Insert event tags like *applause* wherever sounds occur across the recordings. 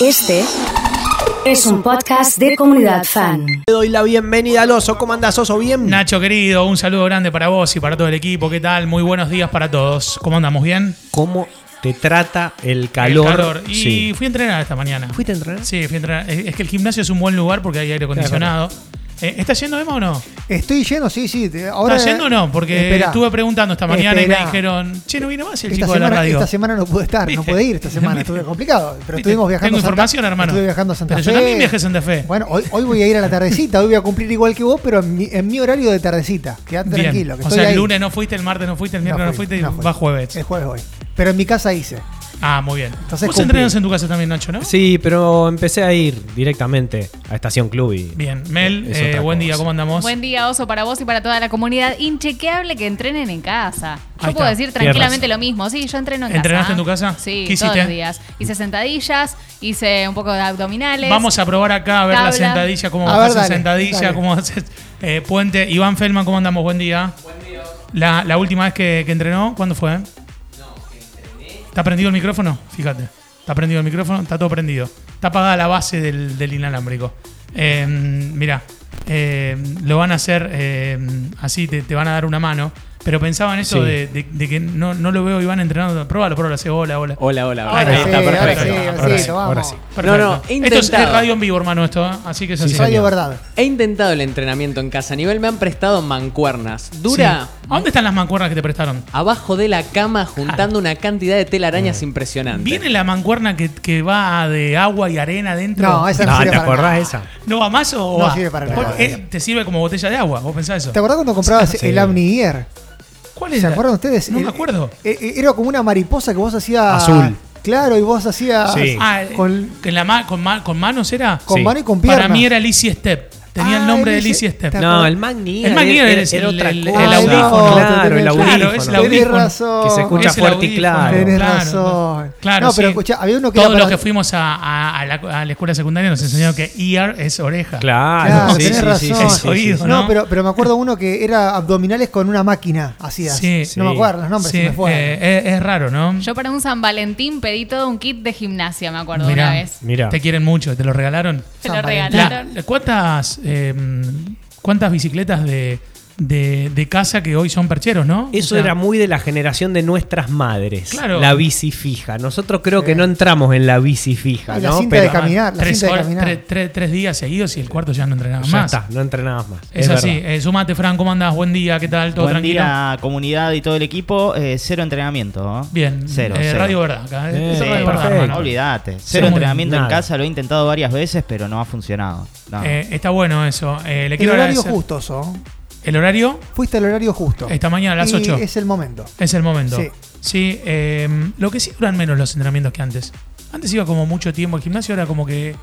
Este es un podcast de comunidad fan. Le doy la bienvenida al oso. ¿Cómo andás, oso? ¿Bien? Nacho, querido, un saludo grande para vos y para todo el equipo. ¿Qué tal? Muy buenos días para todos. ¿Cómo andamos? ¿Bien? cómo te trata el El calor. Y Sí. fui a entrenar esta mañana. ¿Fuiste a entrenar? Sí, fui a entrenar. Es es que el gimnasio es un buen lugar porque hay aire acondicionado. Eh, ¿Está yendo, Emma, o no? Estoy lleno, sí, sí. te- Ahora, eh, ¿Está yendo o no? Porque Esperá. estuve preguntando esta mañana y Esperá. me dijeron, che, no vino más el Esta chico de semana, la radio. esta semana no pude estar, no ¿Viste? pude ir esta semana, estuve complicado. Pero estuvimos viajando Tengo a Santa- información, hermano. Estuve viajando a Santa Pero Fe. yo también viajé a Santa Fe. Bueno, hoy, hoy voy a ir a la tardecita, hoy voy a cumplir igual que vos, pero en mi, en mi horario de tardecita. Quédate Bien. tranquilo. Que o estoy sea, el ahí. lunes no fuiste, el martes no fuiste, el miércoles no, fui, fuiste y no fui. va jueves. Es jueves hoy. Pero en mi casa hice. Ah, muy bien. Entonces vos cumplí. entrenas en tu casa también, Nacho, ¿no? Sí, pero empecé a ir directamente a Estación Club y. Bien. Mel, Es eh, otra buen día, cosa. ¿cómo andamos? Buen día, Oso, para vos y para toda la comunidad inchequeable que entrenen en casa. Yo Ahí puedo está. decir tranquilamente Tierras. lo mismo. Sí, yo entreno en ¿Entrenaste casa. ¿ah? en tu casa? Sí, ¿Qué todos hiciste? los días. Hice sentadillas, hice un poco de abdominales. Vamos a probar acá a ver la Tabla. sentadilla, cómo A bajas ver, la dale, sentadilla, dale. cómo haces eh, puente. Iván Feldman, ¿cómo andamos? Buen día. La, la última vez que, que entrenó, ¿cuándo fue? No, entrené. ¿Está prendido el micrófono? Fíjate. Está prendido el micrófono, está todo prendido. Está apagada la base del, del inalámbrico. Eh, mirá, eh, lo van a hacer eh, así, te, te van a dar una mano. Pero pensaba en eso Sí. de, de- de que no, no lo veo Iván entrenando. Pruébalo, pruébalo, hace hola, hola. Hola, hola. Ahí Ahora está, sí, perfecto. ahora sí, ahora Ahora sí, sí, lo ahora vamos. sí. Perfecto. No, no, he Esto es, intentado. es radio en vivo, hermano, esto. ¿eh? Así que es así. Radio Verdad. He intentado el entrenamiento en casa a nivel, me han prestado mancuernas. Dura Sí. ¿A dónde están las mancuernas que te prestaron? abajo de la cama juntando una cantidad de telarañas impresionante. ¿Viene la mancuerna que, que va de agua y arena adentro? No, esa no, No, sirve ¿te para nada. acordás esa? ¿No va más o No va? sirve para Porque nada. es- te sirve como botella de agua, vos pensás eso. ¿Te acordás cuando comprabas el Amni Air? ¿Cuál es ¿Se la- acuerdan ustedes? No El- me acuerdo. eh, eh, Era como una mariposa que vos hacías. Azul. Claro, y vos hacías. Sí. Ah, Con, ¿que en la ma- con, ma- con manos era? con Sí. mano y con pierna. Para mí era Lizzie Step. Tenía Ah, el nombre de Lizzie- Lizzie Step. ¿Te No, acordás? el Magnier. El Magnier era, es era el- otra el- cosa. Ah, el audífono. Claro, el Claro, audífono. es el Tenés audífono. razón. Que se escucha Es el fuerte y audífono. claro. Tenés Claro, razón. Claro, no, pero sí. escuchá, había uno que Todos era los para- que fuimos a, a- a la, a la escuela secundaria nos enseñaron que ear es oreja. Claro, Claro, tenés razón. Es oído, sí. No, ¿no? pero, pero me acuerdo uno que era abdominales con una máquina, hacías. Sí. No me Sí. acuerdo los nombres, Sí, se me fueron. eh, es, es raro, ¿no? Yo para un San Valentín pedí todo un kit de gimnasia, me acuerdo Mirá, una vez. Mirá. Te quieren mucho, te lo regalaron. Se lo San Valentín. La- regalaron. ¿cuántas, eh, ¿Cuántas bicicletas de, de- de casa que hoy son percheros, no? Eso O sea, era muy de la generación de nuestras madres. Claro. La bici fija. Nosotros creo que no entramos en la bici fija, Y la ¿no? cinta de caminar, la tres, cinta de horas- caminar. tres- tres- tres días seguidos y el cuarto ya no entrenaba ya más. está, no entrenabas más. Es, así. verdad. Eh, sumate, Fran, ¿cómo andás? Buen día, ¿qué tal? ¿Todo Buen tranquilo? día, comunidad y todo el equipo. Eh, cero entrenamiento. ¿no? Bien. Cero, Eh, cero. Radio Verdad. acá, eh. Eh, Eso es Radio perfecto. Verdad, hermano. Olvídate. Somos Cero entrenamiento nada. en casa. Lo he intentado varias veces, pero no ha funcionado. No. Eh, está bueno eso. Eh, le el quiero horario agradecer- justo, ¿so? El horario Fuiste al horario justo. Esta mañana, a las Y ocho. Es el momento. es el momento. Sí. Sí. eh, lo que sí duran menos los entrenamientos que antes. Antes iba como mucho tiempo al gimnasio, ahora como que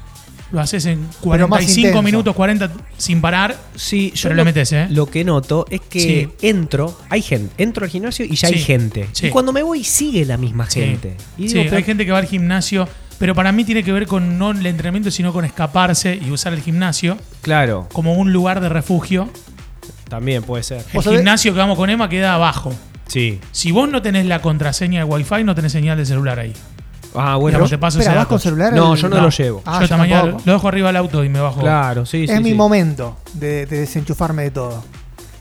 lo haces en Pero más 45 intenso. minutos, 40 sin parar. Sí, yo Pero lo, le metes, ¿eh? lo que noto es que Sí. entro, hay gente, entro al gimnasio y ya hay Sí, gente. sí. Y cuando me voy sigue la misma Sí. gente. Y Sí, digo, pero hay gente que va al gimnasio, pero para mí tiene que ver con no el entrenamiento, sino con escaparse y usar el gimnasio Claro, como un lugar de refugio. también puede ser. El ¿Vos sabés? gimnasio que vamos con Emma queda abajo. Sí. Si vos no tenés la contraseña de Wi-Fi, no tenés señal de celular ahí. Ah, Pero bueno. te paso Espera, ese ¿vas dato. con celular? No, El- yo no, lo llevo. Ah, yo yo esta mañana tampoco. lo dejo arriba del auto y me bajo. Claro, sí, sí. es mi sí. momento de, de desenchufarme de todo.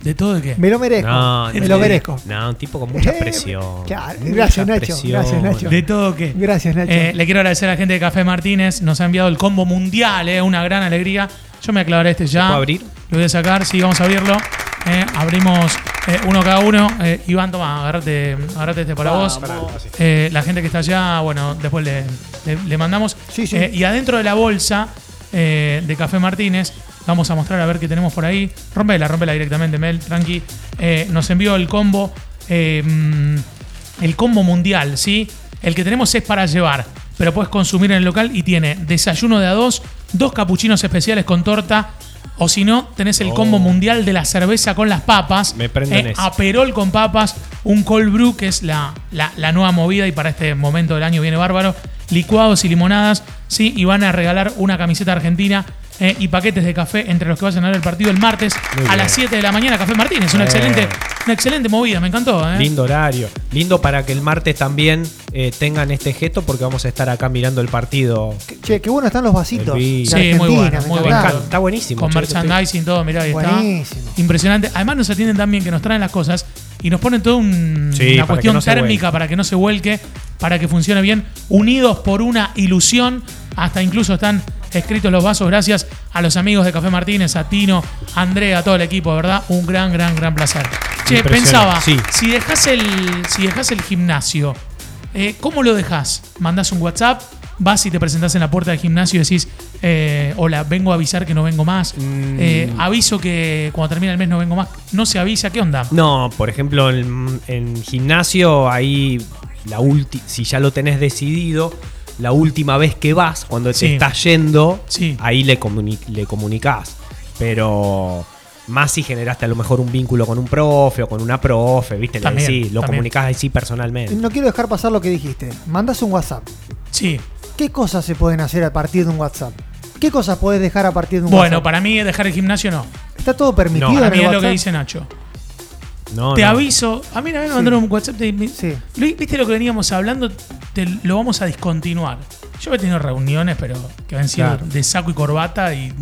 ¿De todo de qué? Me lo merezco. No, me no, lo merezco. No, un tipo con *laughs* mucha Eh, presión. claro, Mucha gracias, Nacho, gracias, Nacho. ¿De ¿eh? todo qué? Gracias, Nacho. Eh, le quiero agradecer a la gente de Café Martínez. Nos ha enviado el combo mundial, eh, una gran alegría. Yo me aclaré este ya. puedo abrir? Lo voy a sacar, sí, vamos a abrirlo. Eh, abrimos eh, uno cada uno. Eh, Iván, toma, agarrate, agarrate este para vos. Eh, la gente que está allá, bueno, después le, le- le mandamos. Sí, sí. Eh, y adentro de la bolsa eh, de Café Martínez, vamos a mostrar a ver qué tenemos por ahí. Rompela, rompela directamente, Mel, tranqui. Eh, nos envió el combo, eh, mm, el combo mundial, ¿sí? El que tenemos es para llevar, pero puedes consumir en el local y tiene desayuno de a dos, dos capuchinos especiales con torta. O si no, tenés el combo mundial de la cerveza con las papas. Eh, Me prendo en ese. Aperol con papas, un cold brew, que es la, la- la nueva movida y para este momento del año viene bárbaro, licuados y limonadas, ¿sí? Y van a regalar una camiseta argentina eh, y paquetes de café entre los que vayan a ver el partido el martes Muy a bien. Eh. las 7 de la mañana. Café Martínez, una, Bien. excelente, una excelente movida, me encantó. ¿eh? Lindo horario. Lindo para que el martes también eh, tengan este gesto porque vamos a estar acá mirando el partido. Che, qué bueno están los vasitos. El de vino. Sí, muy Argentina, bueno, me muy Me encantaron. encanta, está buenísimo. Con che, esto estoy- merchandising, todo, mirá, ahí está. Buenísimo. Impresionante. Además nos atienden también que nos traen las cosas y nos ponen toda un- Sí, para una que cuestión no se térmica vuelque. para que no se vuelque, para que funcione bien, unidos por una ilusión. Hasta incluso están escritos los vasos gracias a los amigos de Café Martínez, a Tino, a Andrea, a todo el equipo, ¿verdad? Un gran, gran, gran placer. Che, Impresionante, pensaba, sí. si dejas el, si dejás el gimnasio, eh, ¿cómo lo dejas? ¿Mandás un WhatsApp? ¿Vas y te presentás en la puerta del gimnasio y decís, eh, hola, vengo a avisar que no vengo más? Mm. Eh, aviso que cuando termine el mes no vengo más. No se avisa, ¿qué onda? No, por ejemplo, en, en gimnasio, ahí, la ulti- si ya lo tenés decidido, la última vez que vas, cuando Sí. te estás yendo, Sí. ahí le, comuni- le comunicás. Pero más si generaste a lo mejor un vínculo con un profe o con una profe, ¿viste? Le También, decís, lo también. comunicás ahí sí personalmente. No quiero dejar pasar lo que dijiste. Mandas un WhatsApp. Sí. ¿Qué cosas se pueden hacer a partir de un WhatsApp? ¿Qué cosas podés dejar a partir de un Bueno, WhatsApp? para mí dejar el gimnasio no. Está todo permitido No, en Para mí el es WhatsApp. lo que dice Nacho. No, te no. aviso. A mí una vez me mandaron un WhatsApp. de- me- Sí. Luis, ¿viste lo que veníamos hablando? Te lo vamos a discontinuar. Yo he tenido reuniones, pero que han sido Claro. de saco y corbata y,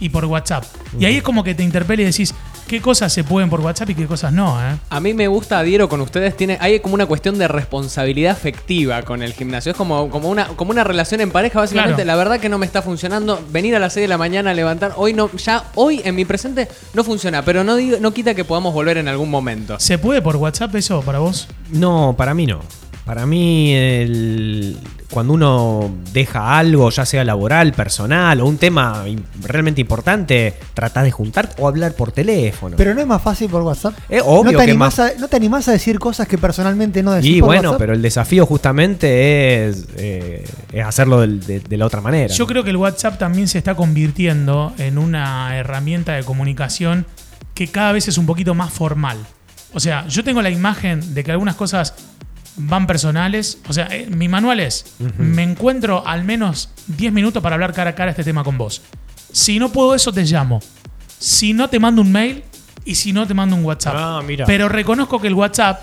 y por WhatsApp. Y ahí es como que te interpela y decís qué cosas se pueden por WhatsApp y qué cosas no, ¿eh? A mí me gusta, adhiero con ustedes, tiene, hay como una cuestión de responsabilidad afectiva con el gimnasio. Es como, como, una, como una relación en pareja, básicamente. Claro. La verdad que no me está funcionando. Venir a las 6 de la mañana a levantar, hoy no, ya hoy en mi presente no funciona, pero no, digo- no quita que podamos volver en algún momento. ¿Se puede por WhatsApp eso para vos? No, para mí no. Para mí, el- cuando uno deja algo, ya sea laboral, personal o un tema im- realmente importante, tratás de juntar o hablar por teléfono. Pero no es más fácil por WhatsApp. Eh, obvio no te que animás más- a, no te animás a decir cosas que personalmente no decís y por bueno, WhatsApp. pero el desafío justamente es, eh, es hacerlo del- de, de la otra manera. Yo creo que el WhatsApp también se está convirtiendo en una herramienta de comunicación que cada vez es un poquito más formal. O sea, yo tengo la imagen de que algunas cosas van personales. O sea, eh, mi manual es, me encuentro al menos 10 minutos para hablar cara a cara este tema con vos. Si no puedo eso, te llamo. Si no, te mando un mail y si no, te mando un WhatsApp. Ah, mira. Pero reconozco que el WhatsApp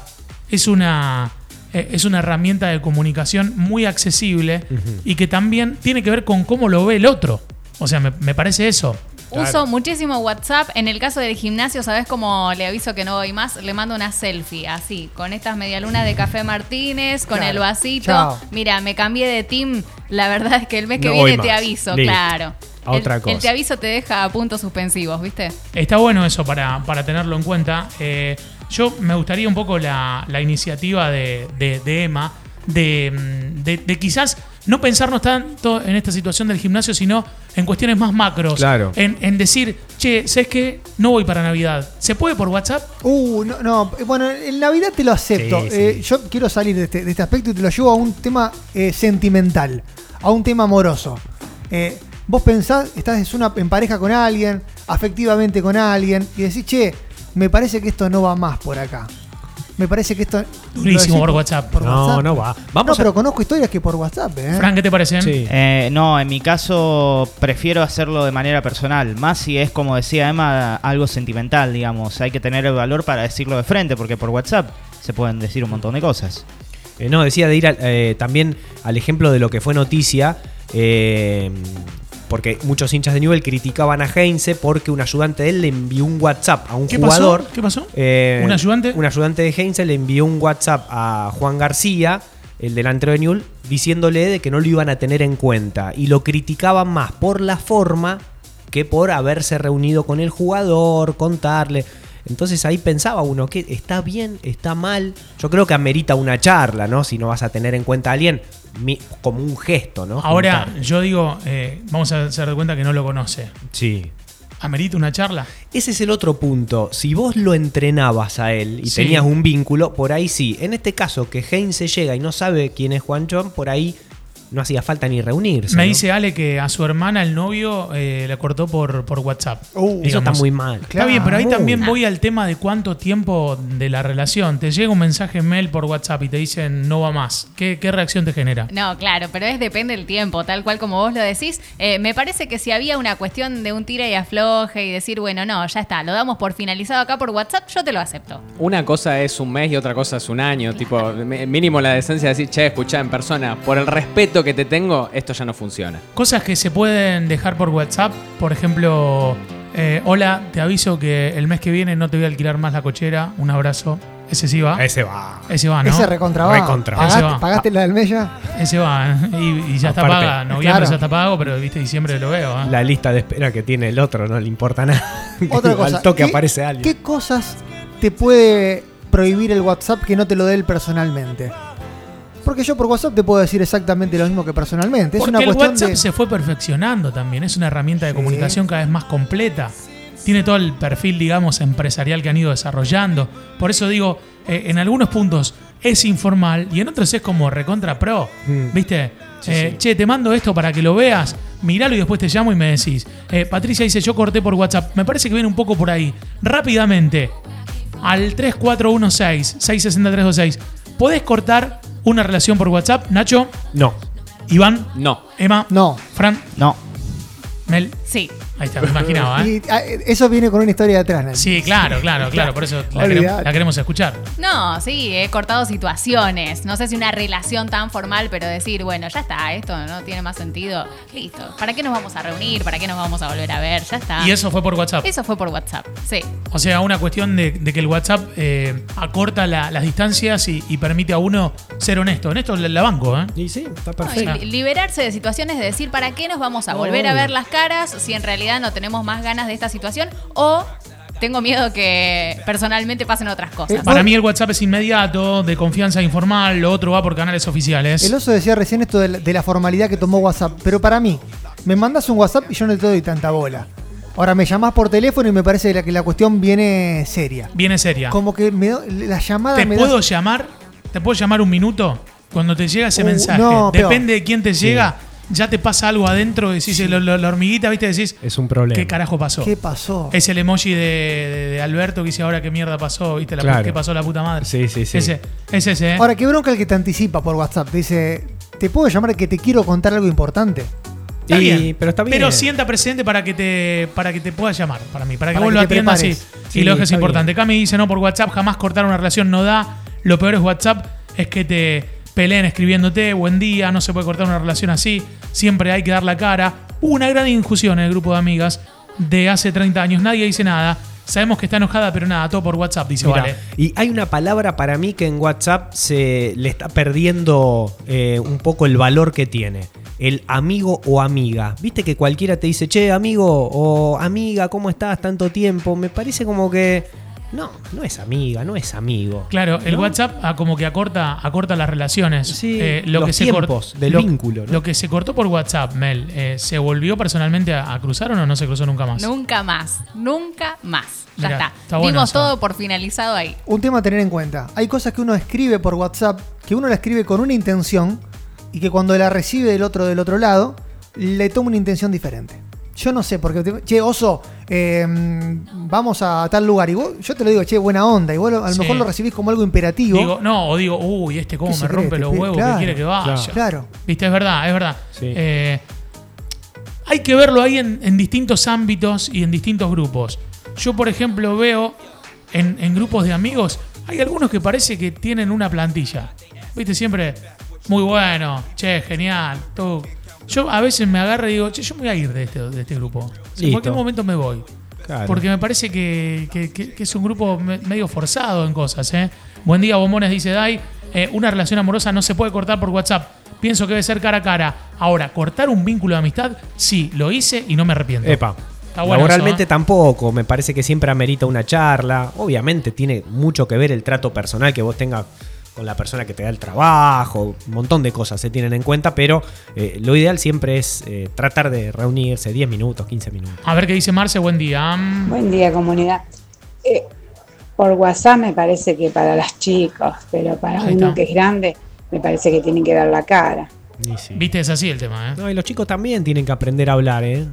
es una, eh, es una herramienta de comunicación muy accesible y que también tiene que ver con cómo lo ve el otro. O sea, me, me parece eso. Uso muchísimo WhatsApp. En el caso del gimnasio, ¿sabes cómo le aviso que no voy más? Le mando una selfie, así, con estas medialunas de Café Martínez, con Claro. el vasito. Chao. Mira, me cambié de team. La verdad es que el mes que No voy viene te más. aviso, Listo. claro. A El- otra El cosa. te aviso te deja a puntos suspensivos, ¿viste? Está bueno eso para, para tenerlo en cuenta. Eh, yo me gustaría un poco la, la iniciativa de, de- de Emma de, mm, de- de quizás no pensarnos tanto en esta situación del gimnasio, sino en cuestiones más macros. Claro. En, en decir, che, ¿sabes qué? No voy para Navidad. ¿Se puede por WhatsApp? Uh, no, no. eh, Bueno, en Navidad te lo acepto. Sí, sí. Eh, yo quiero salir de este, de este aspecto y te lo llevo a un tema eh, sentimental, a un tema amoroso. Eh, vos pensás, estás en una- en pareja con alguien, afectivamente con alguien, y decís, che, me parece que esto no va más por acá. Me parece que esto. Durísimo lo decís por WhatsApp. No, no va. Vamos no, a- pero conozco historias que por WhatsApp, ¿eh? Fran, ¿qué te parecen? Sí. Eh, no, en mi caso prefiero hacerlo de manera personal, más si es como decía Emma, algo sentimental, digamos. Hay que tener el valor para decirlo de frente, porque por WhatsApp se pueden decir un montón de cosas. Eh, no, decía de ir al- eh, también al ejemplo de lo que fue noticia. eh, porque muchos hinchas de Newell criticaban a Heinze porque un ayudante de él le envió un WhatsApp a un ¿Qué jugador. pasó? ¿Qué pasó? Eh, ¿Un ayudante? Un ayudante de Heinze le envió un WhatsApp a Juan García, el delantero de Newell, diciéndole de que no lo iban a tener en cuenta. Y lo criticaban más por la forma que por haberse reunido con el jugador, contarle. Entonces ahí pensaba uno, que ¿Está bien? ¿Está mal? Yo creo que amerita una charla, ¿no? Si no vas a tener en cuenta a alguien, mi- como un gesto, ¿no? Ahora, Juntar. yo digo, eh, vamos a hacer de cuenta que no lo conoce. Sí. ¿Amerita una charla? Ese es el otro punto. Si vos lo entrenabas a él y Sí. tenías un vínculo, por ahí sí. En este caso, que Heinz se llega y no sabe quién es Juanchón, por ahí no hacía falta ni reunirse. Me ¿no? dice Ale que a su hermana el novio eh, la cortó por, por WhatsApp. Uh, Eso está digamos. muy mal. Está bien, pero ahí muy también mal. voy al tema de cuánto tiempo de la relación. Te llega un mensaje en mail por WhatsApp y te dicen no va más. ¿Qué, qué reacción te genera? No, claro, pero es depende del tiempo, tal cual como vos lo decís. Eh, me parece que si había una cuestión de un tira y afloje y decir, bueno, no, ya está, lo damos por finalizado acá por WhatsApp, yo te lo acepto. Una cosa es un mes y otra cosa es un año. Tipo, mi- mínimo la decencia de decir, che, escuchá en persona, por el respeto que te tengo, esto ya no funciona. Cosas que se pueden dejar por WhatsApp, por ejemplo, eh, hola, te aviso que el mes que viene no te voy a alquilar más la cochera. Un abrazo. Ese sí va. Ese va. Ese va, ¿no? Ese recontrabajo. Recontra. ¿Pagaste, Ese va. pagaste la del Mella? Ese va. ¿eh? Y, y ya está Aparte, paga. Noviembre claro. ya está pago, pero viste, diciembre lo veo. ¿eh? La lista de espera que tiene el otro no le importa *laughs* nada. Otra cosa. Al toque ¿qué- aparece alguien. ¿Qué cosas te puede prohibir el WhatsApp que no te lo dé él personalmente? Porque yo por WhatsApp te puedo decir exactamente lo mismo que personalmente. Es Porque una el cuestión WhatsApp de. se fue perfeccionando también. Es una herramienta de Sí. comunicación cada vez más completa. Tiene todo el perfil, digamos, empresarial que han ido desarrollando. Por eso digo, eh, en algunos puntos es informal y en otros es como recontra pro. Mm. ¿Viste? Eh, Che, te mando esto para que lo veas. Miralo y después te llamo y me decís. Eh, Patricia dice, yo corté por WhatsApp. Me parece que viene un poco por ahí. Rápidamente, al 3416-66326. ¿Podés cortar una relación por WhatsApp, Nacho? No. Iván, No. Emma, No. Fran, No. Mel. Sí. Ahí está, me imaginaba, *laughs* ¿eh? Y, ah, eso viene con una historia detrás, Nacho. Sí, claro, claro, claro. Por eso la, Olvidate. queremos, la queremos escuchar. No, sí, he cortado situaciones. No sé si una relación tan formal, pero decir, bueno, ya está, esto no tiene más sentido. Listo. ¿Para qué nos vamos a reunir? ¿Para qué nos vamos a volver a ver? Ya está. Y eso fue por WhatsApp. Eso fue por WhatsApp. Sí. O sea, una cuestión de, de que el WhatsApp eh, acorta la- las distancias y, y permite a uno ser honesto. En esto la, la banco, ¿eh? Y sí, está No, y perfecto. li- liberarse de situaciones de decir para qué nos vamos a volver a ver las caras si en realidad no tenemos más ganas de esta situación o tengo miedo que personalmente pasen otras cosas. Eh, Para mí el WhatsApp es inmediato, de confianza informal, lo otro va por canales oficiales. El oso decía recién esto de la, de la formalidad que tomó WhatsApp, pero para mí, me mandas un WhatsApp y yo no te doy tanta bola. Ahora me llamás por teléfono y me parece la- que la cuestión viene seria. Viene seria. Como que me do- la llamada ¿Te me puedo da- llamar? ¿Te puedo llamar un minuto? Cuando te llega ese Uh, mensaje. no, peor. Depende de quién te llega. Ya te pasa algo adentro, decís lo- lo- la hormiguita, ¿viste? Decís, Es un problema. ¿qué carajo pasó? ¿Qué pasó? Es el emoji de, de- de Alberto que dice ahora qué mierda pasó, ¿viste? La pu- Claro. ¿Qué pasó la puta madre? Sí, sí, sí. Ese, es ese, ¿eh? *laughs* Ahora, qué bronca el que te anticipa por WhatsApp. Te dice, te puedo llamar que te quiero contar algo importante. Está Y- bien, pero está bien. sienta presente para que te para que te pueda llamar, para mí, para que Para vos que lo te atiendas y, prepares. y Sí, lo dejes está importante. Cami dice, no, por WhatsApp jamás cortar una relación no da. Lo peor es WhatsApp, es que te peleen escribiéndote, buen día, no se puede cortar una relación así, siempre hay que dar la cara. Hubo una gran discusión en el grupo de amigas de hace 30 años, nadie dice nada. Sabemos que está enojada, pero nada, todo por WhatsApp, dice Mirá, Vale. Y hay una palabra para mí que en WhatsApp se le está perdiendo eh, un poco el valor que tiene. El amigo o amiga. Viste que cualquiera te dice, che, amigo o amiga, ¿cómo estás? Tanto tiempo. Me parece como que. No, no es amiga, no es amigo. Claro, el WhatsApp ah, como que acorta, acorta las relaciones. Eh, Sí, lo los que se tiempos cort- del lo- vínculo, ¿no? Lo que se cortó por WhatsApp, Mel, eh, ¿se volvió personalmente a, a cruzar o no, no se cruzó nunca más? Nunca más, nunca más. Ya Mirá, está. está bueno Dimos eso. todo por finalizado ahí. Un tema a tener en cuenta. Hay cosas que uno escribe por WhatsApp, que uno la escribe con una intención y que cuando la recibe el otro del otro lado, le toma una intención diferente. Yo no sé, porque, te- che, oso, eh, vamos a tal lugar. Y vos- yo te lo digo, che, buena onda. Y vos lo- a lo Sí. mejor lo recibís como algo imperativo. Digo, no, o digo, uy, este cómo ¿Qué me se cree rompe este los pibe? huevos, Claro, que quiere que vaya. claro. Viste, es verdad, es verdad. Sí. Eh, hay que verlo ahí en, en distintos ámbitos y en distintos grupos. Yo, por ejemplo, veo en, en grupos de amigos, hay algunos que parece que tienen una plantilla. Viste, siempre, muy bueno, che, genial, todo. Yo a veces me agarro y digo, che, yo me voy a ir de este, de este grupo. En Listo. cualquier momento me voy. Claro. Porque me parece que, que- que- que es un grupo me- medio forzado en cosas. ¿eh? Buen día, bombones, dice Dai. Eh, una relación amorosa no se puede cortar por WhatsApp. Pienso que debe ser cara a cara. Ahora, cortar un vínculo de amistad, sí, lo hice y no me arrepiento. Epa. Está bueno Laboralmente eso, ¿eh? tampoco, me parece que siempre amerita una charla. Obviamente tiene mucho que ver el trato personal que vos tengas con la persona que te da el trabajo, un montón de cosas se tienen en cuenta, pero eh, lo ideal siempre es eh, tratar de reunirse 10 minutos, 15 minutos. A ver qué dice Marce, buen día. Mm, Buen día, comunidad. Eh, por WhatsApp me parece que para las chicos, pero para Ahí uno está. que es grande, me parece que tienen que dar la cara. Y sí. Viste, es así el tema, ¿eh? No, y los chicos también tienen que aprender a hablar, ¿eh?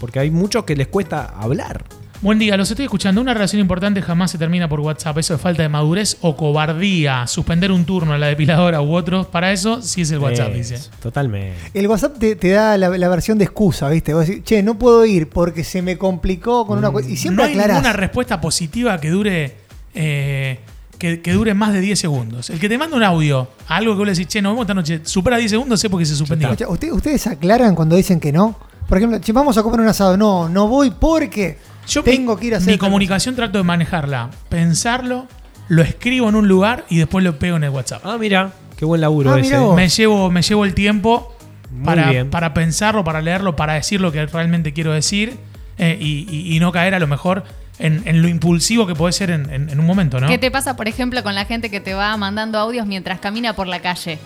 Porque hay muchos que les cuesta hablar. Buen día, los estoy escuchando. Una relación importante jamás se termina por WhatsApp. Eso es falta de madurez o cobardía. Suspender un turno en la depiladora u otro. Para eso sí es el WhatsApp, Es, dice. Totalmente. El WhatsApp te, te da la, la versión de excusa, ¿viste? Vos decís, che, no puedo ir porque se me complicó con una cosa. Y Mm, no siempre hay aclarás. ninguna respuesta positiva que dure eh, que, que dure más de 10 segundos. El que te manda un audio a algo que vos le decís, che, nos vemos esta noche, supera 10 segundos, sé porque se suspendió. Escucha, ¿usted- ¿Ustedes aclaran cuando dicen que no? Por ejemplo, che, vamos a comer un asado. No, no voy porque Yo tengo mi- que ir a hacer. Mi otra comunicación trato de manejarla, pensarlo, lo escribo en un lugar y después lo pego en el WhatsApp. Ah, mira, qué buen laburo Ah, ese. ¿eh? mirá vos. Me llevo, me llevo el tiempo Muy para, bien. para pensarlo, para leerlo, para decir lo que realmente quiero decir eh, y, y- y no caer a lo mejor en, en lo impulsivo que puede ser en, en- en un momento, ¿no? ¿Qué te pasa, por ejemplo, con la gente que te va mandando audios mientras camina por la calle?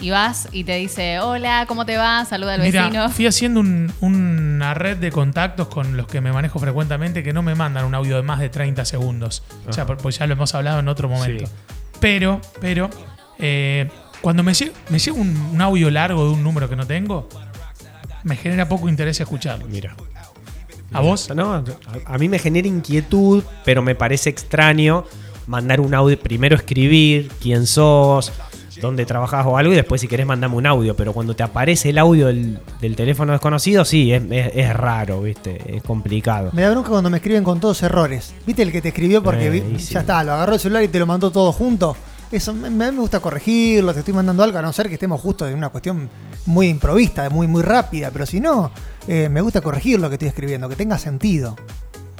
Y vas y te dice, hola, ¿cómo te va? Saluda al Mira, vecino. fui haciendo un- una red de contactos con los que me manejo frecuentemente que no me mandan un audio de más de 30 segundos. O sea, por- pues ya lo hemos hablado en otro momento. Sí. Pero, pero, eh, cuando me llega, me llega un, un audio largo de un número que no tengo, me genera poco interés escucharlo. Mira. ¿A vos? No, a, a mí me genera inquietud, pero me parece extraño mandar un audio. Primero escribir quién sos, dónde trabajás o algo, y después si querés mandame un audio. Pero cuando te aparece el audio del, del teléfono desconocido, sí, es, es- es raro, ¿viste? Es complicado. cosa. Me da bronca cuando me escriben con todos errores. ¿Viste el que te escribió porque Eh, vi- y sí. ya está, lo agarró el celular y te lo mandó todo junto? Eso me, me me gusta corregirlo, te estoy mandando algo, a no ser que estemos justo en una cuestión muy improvista, muy, muy rápida, pero si no, eh, me gusta corregir lo que estoy escribiendo, que tenga sentido.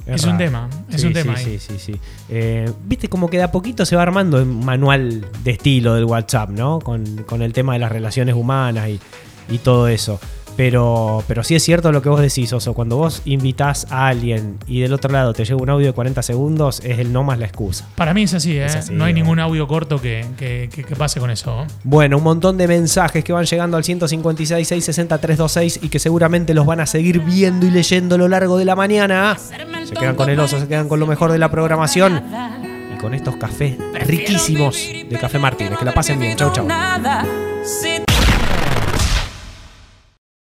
Es un raro. tema, es Sí, un tema Sí, ahí. sí, sí, sí. Eh, Viste como que de a poquito se va armando el manual de estilo del WhatsApp, ¿no? Con, con el tema de las relaciones humanas y, y todo eso. Pero, pero sí es cierto lo que vos decís, Oso. Cuando vos invitás a alguien y del otro lado te llega un audio de 40 segundos, es el no más la excusa. Para mí es así, ¿eh? Es así, no hay ¿no? ningún audio corto que, que- que- que pase con eso. ¿eh? Bueno, un montón de mensajes que van llegando al 156 660 326 y que seguramente los van a seguir viendo y leyendo a lo largo de la mañana. Se quedan con el oso, se quedan con lo mejor de la programación y con estos cafés riquísimos de Café Martínez. Que la pasen bien. Chau, chau. Nada, si